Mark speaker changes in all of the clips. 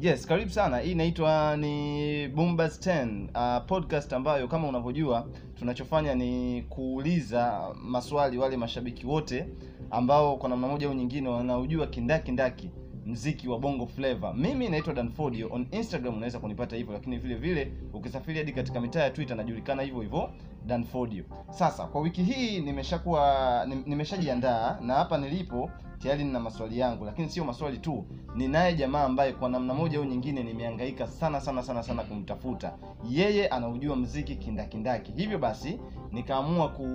Speaker 1: Yes, karibu sana. Hii inaitwa ni Bombas 10, uh, podcast ambayo kama unavyojua tunachofanya ni kuuliza maswali wale mashabiki wote ambao kwa namna moja au nyingine wanaujua kindakindaki mziki wa Bongo Flava. Mimi naitwa Danfodio on Instagram unaweza kunipata hivyo, lakini vile vile ukisafiri hadi katika mitaa ya Twitter najulikana hivyo hivyo Danfodio. Sasa kwa wiki hii nimeshakuwa nim- nimeshajiandaa na hapa nilipo tayari nina maswali yangu, lakini sio maswali tu, ninaye jamaa ambaye kwa namna moja au nyingine nimehangaika sana sana sana sana kumtafuta. Yeye anaujua mziki kindakindaki, hivyo basi nikaamua ku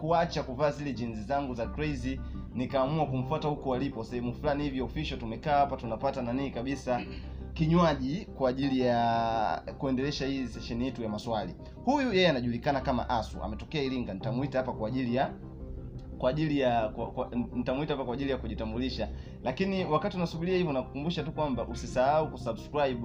Speaker 1: kuacha kuvaa zile jinsi zangu za crazy nikaamua kumfuata huko alipo sehemu fulani hivi official tumekaa hapa tunapata nani kabisa kinywaji kwa ajili ya kuendelesha hii session yetu ya maswali huyu yeye anajulikana kama asu ametokea iringa nitamuita hapa kwa ajili ya kwa ajili ya kwa, kwa, nitamuita hapa kwa ajili ya kujitambulisha lakini wakati unasubiria hivyo nakukumbusha tu kwamba usisahau kusubscribe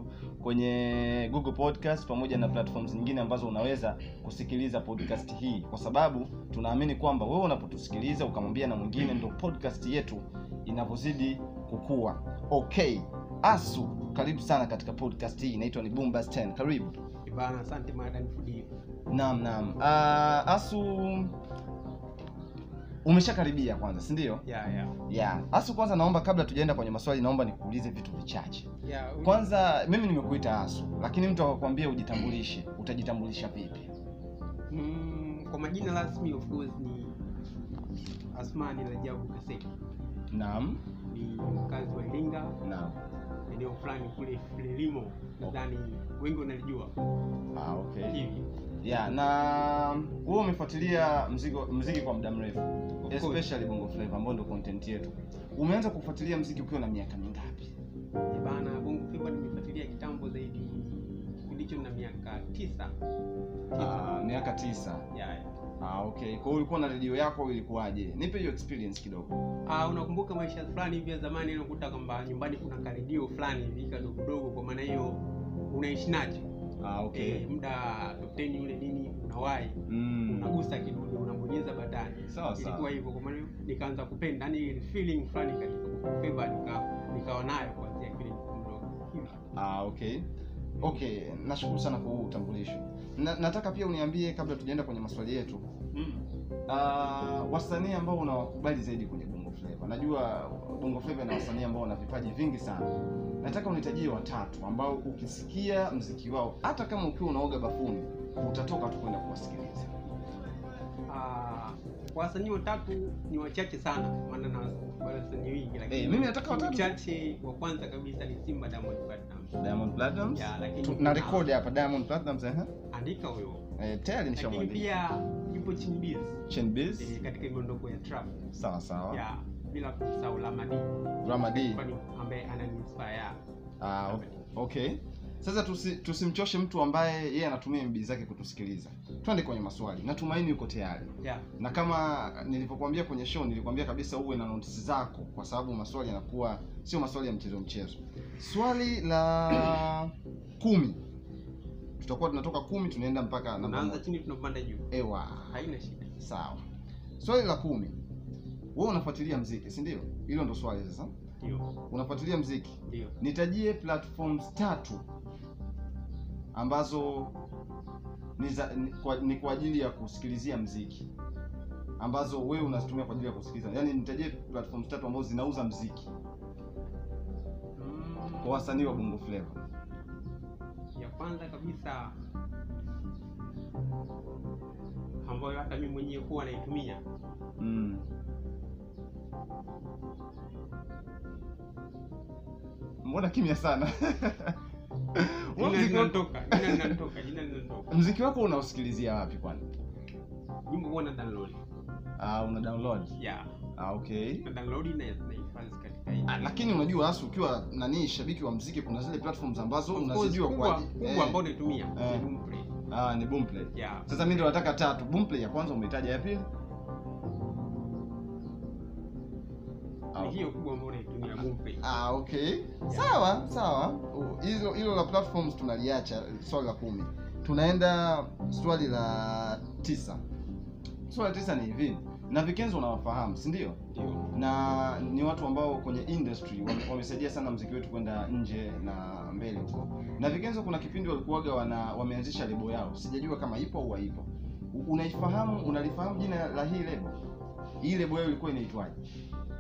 Speaker 1: kwenye google podcast pamoja na platforms nyingine ambazo unaweza kusikiliza podcast hii kwa sababu tunaamini kwamba wewe unapotusikiliza ukamwambia na mwingine ndo podcast yetu inavyozidi kukua okay asu karibu sana katika podcast hii inaitwa ni Boomba's 10 karibu
Speaker 2: Bana, asante Madam Fudio.
Speaker 1: naam naam uh, asu umeshakaribia kwanza si ndio
Speaker 2: Ya, ya.
Speaker 1: yeah. asu kwanza naomba kabla tujaenda kwenye maswali naomba nikuulize vitu vichache
Speaker 2: Ya, u-
Speaker 1: kwanza mimi nimekuita asu lakini mtu akakwambia ujitambulishe utajitambulisha vipi
Speaker 2: mm, kwa majina rasmi of course ni Asmani Rajabu Kaseki.
Speaker 1: naam
Speaker 2: Ni mkazi wa Iringa,
Speaker 1: naam
Speaker 2: eneo fulani kule Frelimo. Nadhani wengi wanalijua.
Speaker 1: ah, okay
Speaker 2: Hivi.
Speaker 1: yeah na wewe umefuatilia mzigo mziki kwa muda mrefu
Speaker 2: Of course.
Speaker 1: especially bongo flava ambao ndio content yetu umeanza kufuatilia mziki ukiwa na miaka mingapi
Speaker 2: Ya Bana, Bongo Flava nimefuatilia kitambo zaidi kulicho na miaka tisa.
Speaker 1: Ah, miaka tisa
Speaker 2: Ya, ya.
Speaker 1: ah, okay kwa hiyo ulikuwa na redio yako ilikuwaje nipe hiyo experience kidogo
Speaker 2: Ah, unakumbuka maisha fulani hivi ya zamani yanakuta kwamba nyumbani kuna karedio fulani hivi kadogo dogo, kwa maana hiyo unaishi nacho
Speaker 1: ah,
Speaker 2: Eh, muda topteni yule nini unawahi
Speaker 1: mm.
Speaker 2: unagusa kidude unabonyeza baadaye
Speaker 1: sawa
Speaker 2: ilikuwa
Speaker 1: sawa
Speaker 2: hivyo kwa maana nikaanza kupenda yani feeling fulani katika favor nika nikawa nayo kuanzia kile nikiwa mdogo Hivi.
Speaker 1: ah, okay okay nashukuru sana kwa huu utambulisho na, nataka pia uniambie kabla tujaenda kwenye maswali yetu
Speaker 2: Mm.
Speaker 1: Ah, wasanii ambao unawakubali zaidi kwenye bongo flava najua bongo flava na wasanii ambao wana vipaji vingi sana nataka unitajie watatu ambao ukisikia mziki wao hata kama ukiwa unaoga bafuni utatoka tu kwenda kuwasikiliza
Speaker 2: Ah, wasanii watatu ni wachache sana maana na bado wasanii wengi lakini
Speaker 1: Eh, mimi nataka watatu.
Speaker 2: mchache wa kwanza kabisa ni Simba Diamond Platnumz
Speaker 1: Diamond Platnumz
Speaker 2: ya lakini
Speaker 1: Tu- na rekodi hapa Diamond Platnumz eh
Speaker 2: andika huyo
Speaker 1: eh, tayari
Speaker 2: lakini
Speaker 1: nishamwandika
Speaker 2: pia yupo Chimbiz
Speaker 1: Chen Biz
Speaker 2: eh, katika miondoko ya trap
Speaker 1: sawa sawa
Speaker 2: ya bila kusahau Lamadi
Speaker 1: Ramadi
Speaker 2: kwani ambaye ananispaya
Speaker 1: ah, o- okay sasa tusi, tusimchoshe mtu ambaye yeye anatumia mbii zake kutusikiliza twende kwenye maswali natumaini yuko tayari
Speaker 2: yeah.
Speaker 1: na kama nilivyokuambia kwenye show nilikwambia kabisa uwe na notisi zako kwa sababu maswali yanakuwa sio maswali ya mchezo mchezo swali la kumi tutakuwa tunatoka kumi tunaenda mpaka namba
Speaker 2: tunaanza
Speaker 1: moja.
Speaker 2: chini tunapanda juu
Speaker 1: ewa
Speaker 2: haina shida
Speaker 1: sawa swali la kumi wewe unafuatilia mziki si ndio hilo ndo swali sasa Mm-hmm.
Speaker 2: ndio
Speaker 1: unafuatilia mziki
Speaker 2: ndio
Speaker 1: nitajie platforms tatu ambazo ni, za, ni, kwa, ni kwa ajili ya kusikilizia mziki ambazo wewe unazitumia kwa ajili ya kusikiliza yaani nitajie platforms tatu ambazo zinauza mziki
Speaker 2: Mm,
Speaker 1: kwa wasanii wa bongo flava
Speaker 2: ya kwanza kabisa ambayo hata mimi mwenyewe huwa naitumia
Speaker 1: mm. mbona kimya sana Wewe
Speaker 2: jina
Speaker 1: mziki, wako-
Speaker 2: linanitoka jina linanitoka jina linanitoka
Speaker 1: mziki wako unausikilizia wapi kwani
Speaker 2: nyimbo huwa na download Ah,
Speaker 1: uh, una download
Speaker 2: yeah
Speaker 1: uh, okay
Speaker 2: na download na naifadhi katika hii
Speaker 1: Ah, lakini unajua hasa ukiwa nani shabiki wa mziki kuna zile platforms ambazo
Speaker 2: Of course,
Speaker 1: unazijua kwa
Speaker 2: kubwa
Speaker 1: ajili-
Speaker 2: kubwa ambayo naitumia
Speaker 1: Eh.
Speaker 2: ni Boomplay
Speaker 1: ah, ni boomplay
Speaker 2: yeah
Speaker 1: sasa mi ndo nataka tatu boomplay ya kwanza umetaja ya pili
Speaker 2: ni hiyo kubwa ambayo naitumia Boomplay
Speaker 1: ah, okay sawa sawa U- hizo hilo la platforms tunaliacha swali la kumi tunaenda swali la tisa swali la tisa ni hivi na vikenzo unawafahamu si ndio
Speaker 2: ndio
Speaker 1: na ni watu ambao kwenye industry wame- wamesaidia sana mziki wetu kwenda nje na mbele huko na vigenzo kuna kipindi walikuwaga wana wameanzisha lebo yao sijajua kama ipo au haipo U- unaifahamu unalifahamu jina la hii lebo hii lebo yao ilikuwa inaitwaje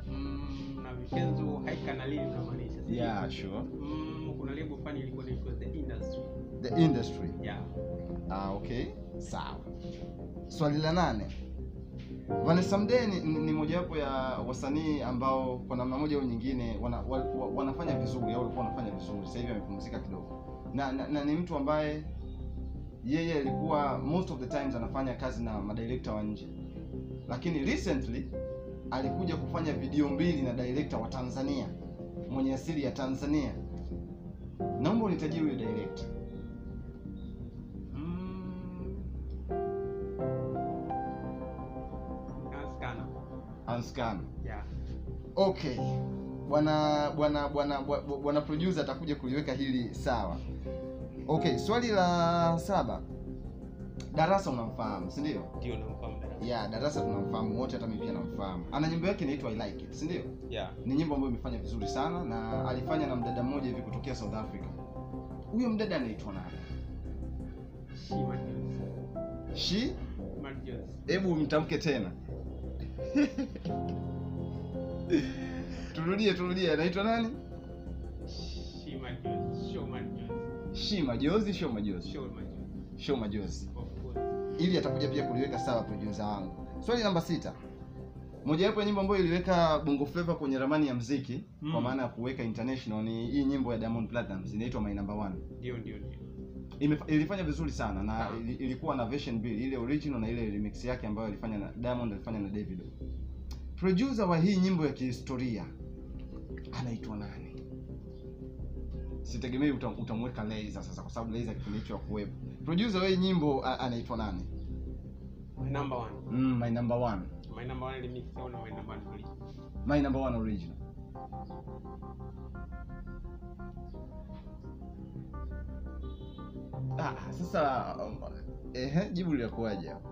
Speaker 2: Mm, na vikenzo haika na lili unamaanisha sio?
Speaker 1: yeah sure
Speaker 2: Mm, kuna lebo fani ilikuwa inaitwa The Industry.
Speaker 1: the industry
Speaker 2: Yeah.
Speaker 1: ah okay sawa swali la nane Vanessa Mdee ni, ni, ni mojawapo ya wasanii ambao kwa namna moja au nyingine wana, wa, wa, wanafanya vizuri au walikuwa wanafanya vizuri, sasa hivi amepumzika kidogo na, na, na ni mtu ambaye yeye alikuwa most of the times anafanya kazi na madirekta wa nje, lakini recently alikuja kufanya video mbili na director wa Tanzania mwenye asili ya Tanzania. Naomba unitajie huyo director.
Speaker 2: Mm. Nasikana.
Speaker 1: Anskana.
Speaker 2: Yeah.
Speaker 1: okay bwana bwana bwana bwa- bwana producer atakuja kuliweka hili sawa okay swali la saba darasa unamfahamu si ndio
Speaker 2: Ndio namfahamu dada.
Speaker 1: yeah darasa tunamfahamu wote hata mimi pia namfahamu ana nyimbo yake inaitwa i like it si ndio
Speaker 2: Yeah.
Speaker 1: ni nyimbo ambayo imefanya vizuri sana na alifanya na mdada mmoja hivi kutokea south africa huyo mdada anaitwa nani
Speaker 2: She Martians.
Speaker 1: shi
Speaker 2: Martians.
Speaker 1: hebu mtamke tena turudie turudie anaitwa nani
Speaker 2: She Martians. Show Martians.
Speaker 1: shi majozi sho majozi
Speaker 2: Show Martians.
Speaker 1: show majozi
Speaker 2: Of course.
Speaker 1: ili atakuja pia kuliweka sawa producer wangu swali namba sita mojawapo ya nyimbo ambayo iliweka bongo flava kwenye ramani ya mziki
Speaker 2: Mm.
Speaker 1: kwa maana ya kuweka international ni hii nyimbo ya diamond platnumz inaitwa my number one
Speaker 2: Ndio ndio ndio.
Speaker 1: Imef- ilifanya vizuri sana na
Speaker 2: Ah.
Speaker 1: ili- ilikuwa na version mbili ile original na ile remix yake ambayo alifanya na diamond alifanya na davido producer wa hii nyimbo ya kihistoria anaitwa nani sitegemei utam, utamweka Laizer sasa kwa sababu Laizer kipindi hicho hakuwepo producer wa hii nyimbo a- anaitwa nani
Speaker 2: My number one.
Speaker 1: mm, my number one
Speaker 2: My number one remix au na my number one remix.
Speaker 1: my number one original ah, sasa um, ehe, jibu lilikuwaje hapo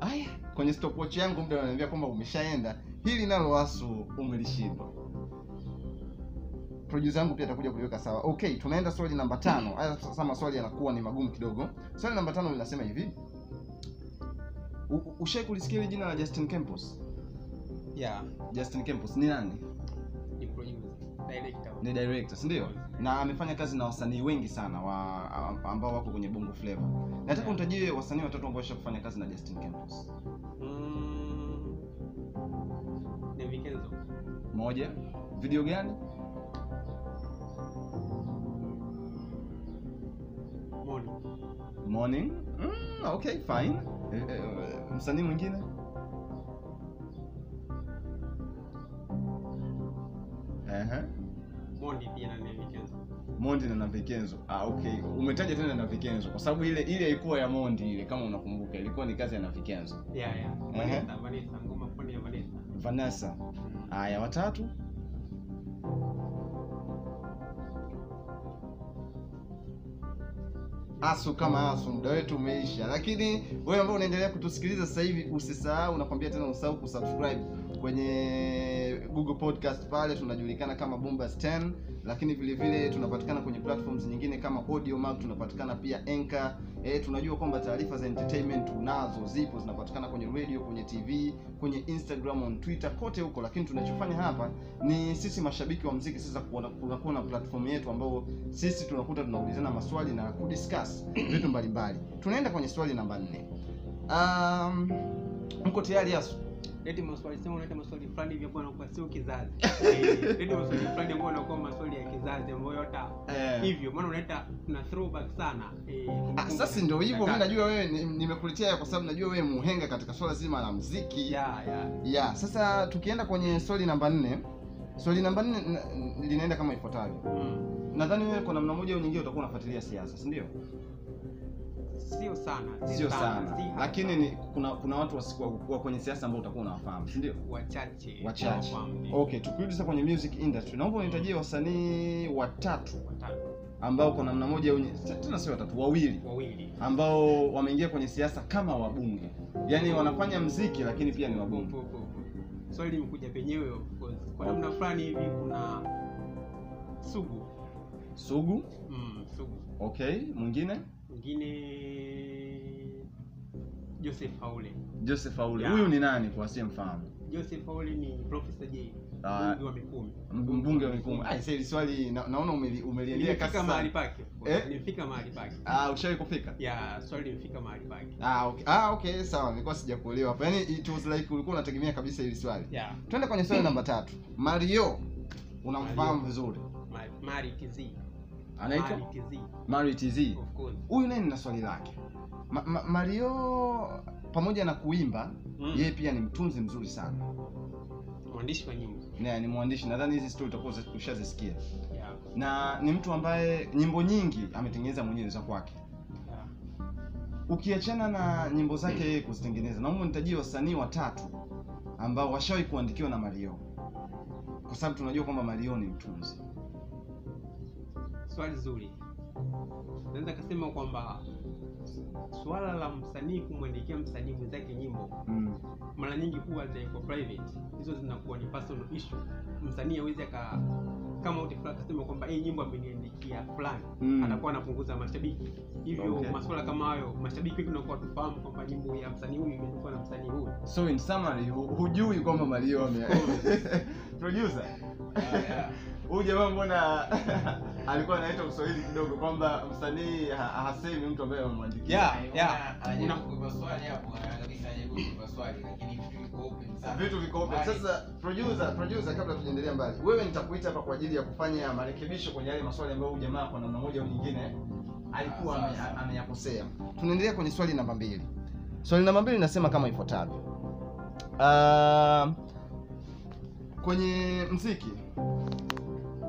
Speaker 1: aya kwenye stopwatch yangu muda ananiambia kwamba umeshaenda hili nalo wasu umelishindwa producer yangu pia atakuja kuliweka sawa okay tunaenda swali namba tano haya sasa maswali yanakuwa ni magumu kidogo swali namba tano linasema hivi U- ushai kulisikia hili jina la justin campos
Speaker 2: Yeah.
Speaker 1: justin campos ni nani
Speaker 2: Ni producer. Director.
Speaker 1: ni director si ndio na amefanya kazi na wasanii wengi sana wa am- ambao wako kwenye bongo flava nataka unitajie wasanii watatu ambao washa kufanya kazi na justin campos
Speaker 2: Mm. Ni Vikenzo.
Speaker 1: moja video gani
Speaker 2: Moni.
Speaker 1: morning mm, okay fine Eh, eh, eh, msanii mwingine Ehe.
Speaker 2: Moni pia na ni Vikenzo.
Speaker 1: mondi na navikenzo ah, okay umetaja tena navikenzo kwa sababu ile ile haikuwa ya mondi ile kama unakumbuka ilikuwa ni kazi ya Uh-huh. navikenzo
Speaker 2: Yeah, yeah. Vanessa, Vanessa, ngoma poni ya Vanessa.
Speaker 1: vanessa haya watatu asu kama asu muda wetu umeisha lakini wewe ambao unaendelea kutusikiliza sasa hivi usisahau nakwambia tena usahau kusubscribe kwenye google podcast pale tunajulikana kama bombas 10 lakini vile vile tunapatikana kwenye platforms nyingine kama audio mark tunapatikana pia anchor e, tunajua kwamba taarifa za entertainment unazo zipo zinapatikana kwenye radio kwenye tv kwenye instagram on twitter kote huko lakini tunachofanya hapa ni sisi mashabiki wa mziki sasa kuona- kunakuwa na platform yetu ambao sisi tunakuta tunaulizana maswali na kudiscuss vitu mbalimbali tunaenda kwenye swali namba nne um, mko tayari yasu
Speaker 2: Lete maswali sema unaleta maswali fulani hivi ambayo yanakuwa sio kizazi. Eh, Lete maswali fulani ambayo yanakuwa maswali ya kizazi ambayo hata hivyo maana unaleta tuna throwback sana. Eh,
Speaker 1: Eh. Ah,
Speaker 2: kumbukumbu.
Speaker 1: sasa ndio hivyo mi
Speaker 2: Nataka-
Speaker 1: najua wewe ni- nimekuletea haya kwa sababu najua wewe muhenga katika swala zima la mziki
Speaker 2: Yeah, yeah.
Speaker 1: ya sasa tukienda kwenye swali namba nne swali namba nne n- linaenda kama ifuatavyo
Speaker 2: Mm.
Speaker 1: nadhani wewe kwa namna moja au nyingine utakuwa unafuatilia siasa si ndio
Speaker 2: Sio sana. si
Speaker 1: sio sana
Speaker 2: si hata
Speaker 1: lakini
Speaker 2: sana.
Speaker 1: ni, kuna kuna watu wasi- wa wa kwenye siasa ambao utakuwa unawafahamu si ndio
Speaker 2: wachache
Speaker 1: Wachache.
Speaker 2: Eh,
Speaker 1: Oh.
Speaker 2: nawafahamu, ndio.
Speaker 1: okay tukirudi sasa kwenye music industry naomba unitajie wasanii watatu
Speaker 2: Watatu.
Speaker 1: ambao kwa namna moja au nyingine- tena sio watatu wawili
Speaker 2: wawili
Speaker 1: ambao wameingia kwenye siasa kama wabunge yaani wanafanya mziki lakini pia ni wabunge
Speaker 2: Hapo, hapo, hapo. swali limekuja penyewe of course. kwa namna fulani hivi kuna sugu
Speaker 1: sugu
Speaker 2: mm, sugu
Speaker 1: okay mwingine
Speaker 2: mwingine joseph haule
Speaker 1: joseph aule
Speaker 2: Yeah.
Speaker 1: huyu ni nani kwa asiyemfahamu
Speaker 2: joseph haule ni profesa j
Speaker 1: Ah.
Speaker 2: mgi wa mikumi
Speaker 1: Mb- mbunge wa Mikumi. Ah, sasa hili swali na, naona umeli- umeliendea kasi
Speaker 2: nimefika mahali
Speaker 1: sana
Speaker 2: pake of course.
Speaker 1: Eh?
Speaker 2: nimefika mahali pake
Speaker 1: ah ushawahi kufika
Speaker 2: ya swali limefika mahali pake
Speaker 1: ah okay. ah okay sawa nilikuwa sijakuelewa hapa yaani it was like ulikuwa unategemea kabisa hili swali
Speaker 2: ya
Speaker 1: twende kwenye swali namba tatu mario unamfahamu
Speaker 2: Mario.
Speaker 1: vizuri
Speaker 2: Ma- mari tz mari
Speaker 1: anaitwa
Speaker 2: tz
Speaker 1: mario tz
Speaker 2: of course
Speaker 1: huyu naye nina swali lake ma, ma, mario pamoja na kuimba
Speaker 2: Mm.
Speaker 1: yeye pia ni mtunzi mzuri sana
Speaker 2: mwandishi wa nyimbo
Speaker 1: na ni mwandishi nadhani hizi stori utakuwa uza- ushazisikia
Speaker 2: ya
Speaker 1: na ni mtu ambaye nyimbo nyingi ametengeneza mwenyewe za kwake
Speaker 2: ya
Speaker 1: ukiachana na nyimbo zake
Speaker 2: Mm.
Speaker 1: yeye kuzitengeneza naomba nitajie wasanii watatu ambao washawahi kuandikiwa na mario kwa sababu tunajua kwamba mario ni mtunzi
Speaker 2: swali zuri naweza kasema kwamba suala la msanii kumwandikia msanii mwenzake nyimbo
Speaker 1: mm.
Speaker 2: mara nyingi huwa ziko private hizo zinakuwa ni personal issue msanii awezi aka kama utifula kasema kwamba hii nyimbo ameniandikia fulani
Speaker 1: Mm.
Speaker 2: atakuwa anapunguza mashabiki hivyo
Speaker 1: Okay.
Speaker 2: masuala kama hayo mashabiki wengi unakuwa tufahamu kwamba nyimbo ya msanii huyu imeandikwa na msanii huyu
Speaker 1: so in summary hu, hujui kwamba mario ame producer huyu jamaa mbona alikuwa anaita uswahili kidogo kwamba msanii ha, hasemi mtu ambaye amemwandikia
Speaker 2: Yeah, yeah.
Speaker 3: Hajajibu
Speaker 2: Una-
Speaker 3: kwa swali hapo, kabisa hajajibu kwa swali, lakini vitu viko open sana.
Speaker 1: vitu viko open.
Speaker 3: Bali-
Speaker 1: sasa producer producer kabla tujaendelea mbali wewe nitakuita hapa kwa ajili ya kufanya marekebisho kwenye yale maswali ambayo huyu jamaa kwa namna moja au nyingine alikuwa
Speaker 3: Ah, sawa,
Speaker 1: ame-
Speaker 3: sawa.
Speaker 1: ameyakosea tunaendelea kwenye swali namba mbili swali namba mbili inasema kama ifuatavyo Ah, kwenye mziki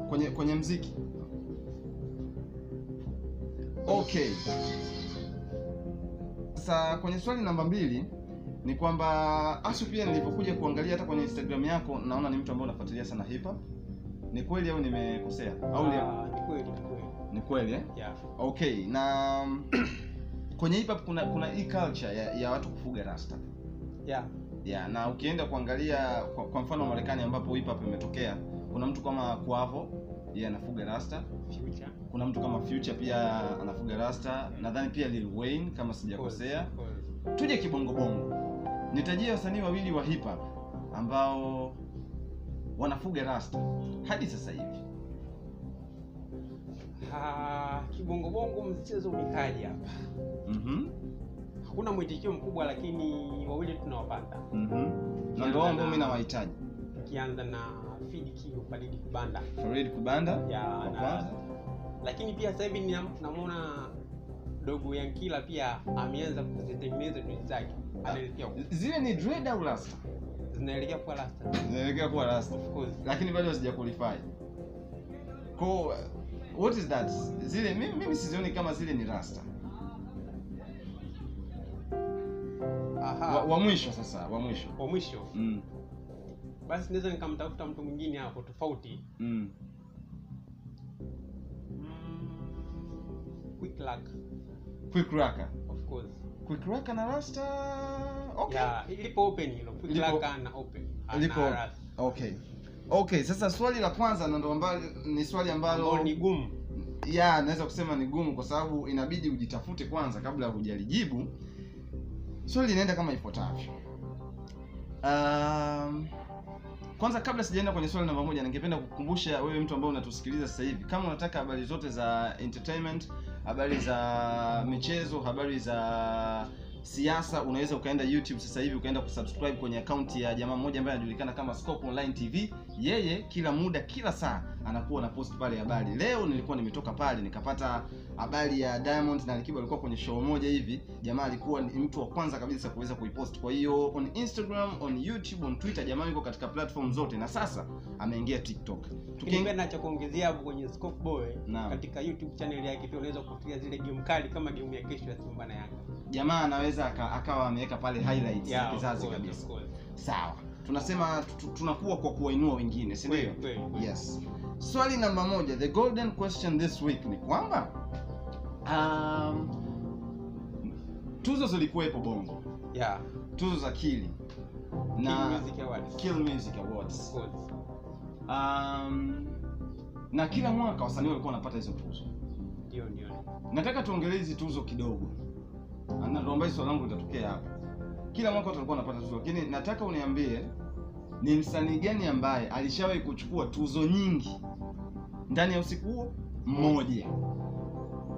Speaker 1: kwenye kwenye mziki okay sasa kwenye swali namba mbili ni kwamba asu pia nilivyokuja kuangalia hata kwenye instagram yako naona ni mtu ambaye unafuatilia sana hip hop ni kweli au nimekosea au leo
Speaker 2: Ah, ni kweli ni kweli
Speaker 1: ni kweli eh?
Speaker 2: yeah.
Speaker 1: okay na kwenye hip hop kuna kuna hii culture ya, ya watu kufuga rasta
Speaker 2: yeah.
Speaker 1: ya na ukienda kuangalia kwa, kwa mfano marekani ambapo hip hop imetokea kuna mtu kama Quavo yeye anafuga rasta
Speaker 2: future
Speaker 1: kuna mtu kama Future pia anafuga rasta nadhani pia Lil Wayne kama sijakosea
Speaker 2: Of course, of course.
Speaker 1: tuje kibongobongo nitajia wasanii wawili wa hip hop ambao wanafuga rasta hadi sasa hivi
Speaker 2: Ah, kibongobongo mchezo umekaja hapa
Speaker 1: Mhm,
Speaker 2: hakuna mwitikio mkubwa lakini wawili tunawapata
Speaker 1: mhm. na ndio wao ambao mi nawahitaji
Speaker 2: ukianza na fidiki upadidi kubanda
Speaker 1: Farid Kubanda
Speaker 2: ya
Speaker 1: wa
Speaker 2: na,
Speaker 1: kwanza
Speaker 2: lakini pia sasa hivi ninam- tunamwona dogo yankila pia ameanza kuzitengeneza dui zake anaelekea huko.
Speaker 1: zile ni dread au rasta
Speaker 2: zinaelekea kuwa rasta
Speaker 1: zinaelekea kuwa rasta
Speaker 2: of course
Speaker 1: lakini bado hazija qualify ko what is that zile mimi, mimi sizioni kama zile ni rasta
Speaker 2: aha
Speaker 1: wa, wa mwisho sasa wa mwisho
Speaker 2: kwa mwisho
Speaker 1: mm,
Speaker 2: basi naweza nikamtafuta mtu mwingine hapo tofauti
Speaker 1: mm.
Speaker 2: mm, quick luck
Speaker 1: quick raka
Speaker 2: of course
Speaker 1: quick raka na rasta okay
Speaker 2: ya lipo open hilo quick
Speaker 1: Lipo-
Speaker 2: luck na open ana
Speaker 1: Lipo-
Speaker 2: rasta.
Speaker 1: okay okay sasa swali la kwanza na ndo ambalo ni swali ambalo
Speaker 2: ambao ni gumu
Speaker 1: ya naweza kusema ni gumu kwa sababu inabidi ujitafute kwanza kabla hujalijibu swali linaenda kama ifuatavyo um, kwanza kabla sijaenda kwenye swali namba moja ningependa kukukumbusha wewe mtu ambaye unatusikiliza sasa hivi kama unataka habari zote za entertainment habari za michezo habari za siasa unaweza ukaenda youtube sasa hivi ukaenda kusubscribe kwenye akaunti ya jamaa mmoja ambaye anajulikana kama scope online tv yeye kila muda kila saa anakuwa na post pale
Speaker 2: Mm.
Speaker 1: habari leo nilikuwa nimetoka pale nikapata habari ya diamond na alikiba alikuwa kwenye show moja hivi jamaa alikuwa ni mtu wa kwanza kabisa kuweza kuipost kwa hiyo on instagram on youtube on twitter jamaa yuko katika platform zote na sasa ameingia tiktok Tukiingia-
Speaker 2: kipenda cha kuongezea hapo kwenye scope boy
Speaker 1: Naam.
Speaker 2: katika youtube channel yake pia unaweza kufuatilia zile game kali kama game ya kesho ya simba na yanga
Speaker 1: jamaa anaweza aka, akawa ameweka pale highlights
Speaker 2: Yeah,
Speaker 1: za
Speaker 2: of
Speaker 1: kizazi
Speaker 2: course,
Speaker 1: kabisa
Speaker 2: of course.
Speaker 1: sawa tunasema tu- tu- tunakuwa kwa kuwainua wengine si ndio
Speaker 2: Kweli, kweli.
Speaker 1: yes swali namba moja the golden question this week ni kwamba um, tuzo zilikuwepo bongo
Speaker 2: Yeah.
Speaker 1: tuzo za kili
Speaker 2: King
Speaker 1: na
Speaker 2: Music Awards.
Speaker 1: Kill Music Awards.
Speaker 2: Of course.
Speaker 1: Um, na kila mwaka wasanii walikuwa wanapata hizo tuzo
Speaker 2: Ndio, ndio.
Speaker 1: nataka tuongelee hizi tuzo kidogo Na naomba hii swali langu litatokea hapa kila mwaka watu walikuwa wanapata tuzo lakini nataka uniambie ni msanii gani ambaye alishawahi kuchukua tuzo nyingi ndani ya usiku huo mmoja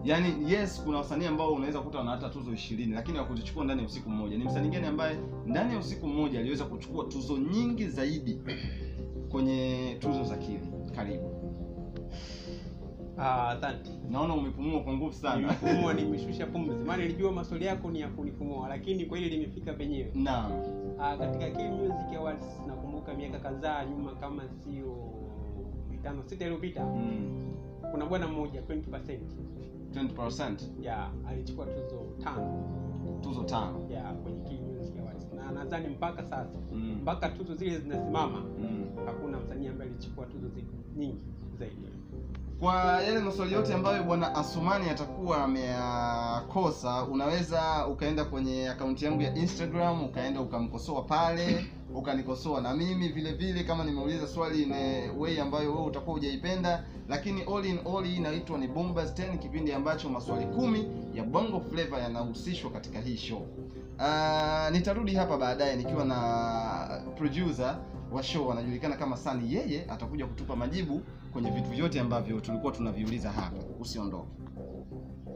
Speaker 1: yaani yes kuna wasanii ambao unaweza kukuta wana hata tuzo ishirini lakini hawakuzichukua ndani ya usiku mmoja ni msanii gani ambaye ndani ya usiku mmoja aliweza kuchukua tuzo nyingi zaidi kwenye tuzo za kili karibu
Speaker 2: Ah, asante.
Speaker 1: naona umepumua kwa nguvu sana
Speaker 2: Nimefumua, nimeshusha pumzi. Maana nilijua maswali yako ni ya kunifumua, lakini kwa hili limefika penyewe.
Speaker 1: naam
Speaker 2: Ah, katika K Music Awards nakumbuka miaka kadhaa nyuma kama sio mitano sita iliyopita
Speaker 1: Mm.
Speaker 2: kuna bwana mmoja 20%
Speaker 1: 20%
Speaker 2: ya alichukua tuzo tano
Speaker 1: tuzo tano
Speaker 2: ya kwenye K Music Awards na nadhani mpaka sasa
Speaker 1: mm.
Speaker 2: mpaka tuzo zile zinasimama
Speaker 1: Mm.
Speaker 2: hakuna msanii ambaye alichukua tuzo zi- nyingi zaidi
Speaker 1: kwa yale maswali yote ambayo bwana asumani atakuwa ameyakosa unaweza ukaenda kwenye akaunti yangu ya instagram ukaenda ukamkosoa pale ukanikosoa na mimi vile vile kama nimeuliza swali ne way ambayo wewe utakuwa hujaipenda lakini all in all hii inaitwa ni bombas 10 kipindi ambacho maswali kumi ya bongo flavor yanahusishwa katika hii show Uh, nitarudi hapa baadaye nikiwa na producer wa show anajulikana kama Sani. Yeye atakuja kutupa majibu kwenye vitu vyote ambavyo tulikuwa tunaviuliza hapa. Usiondoke.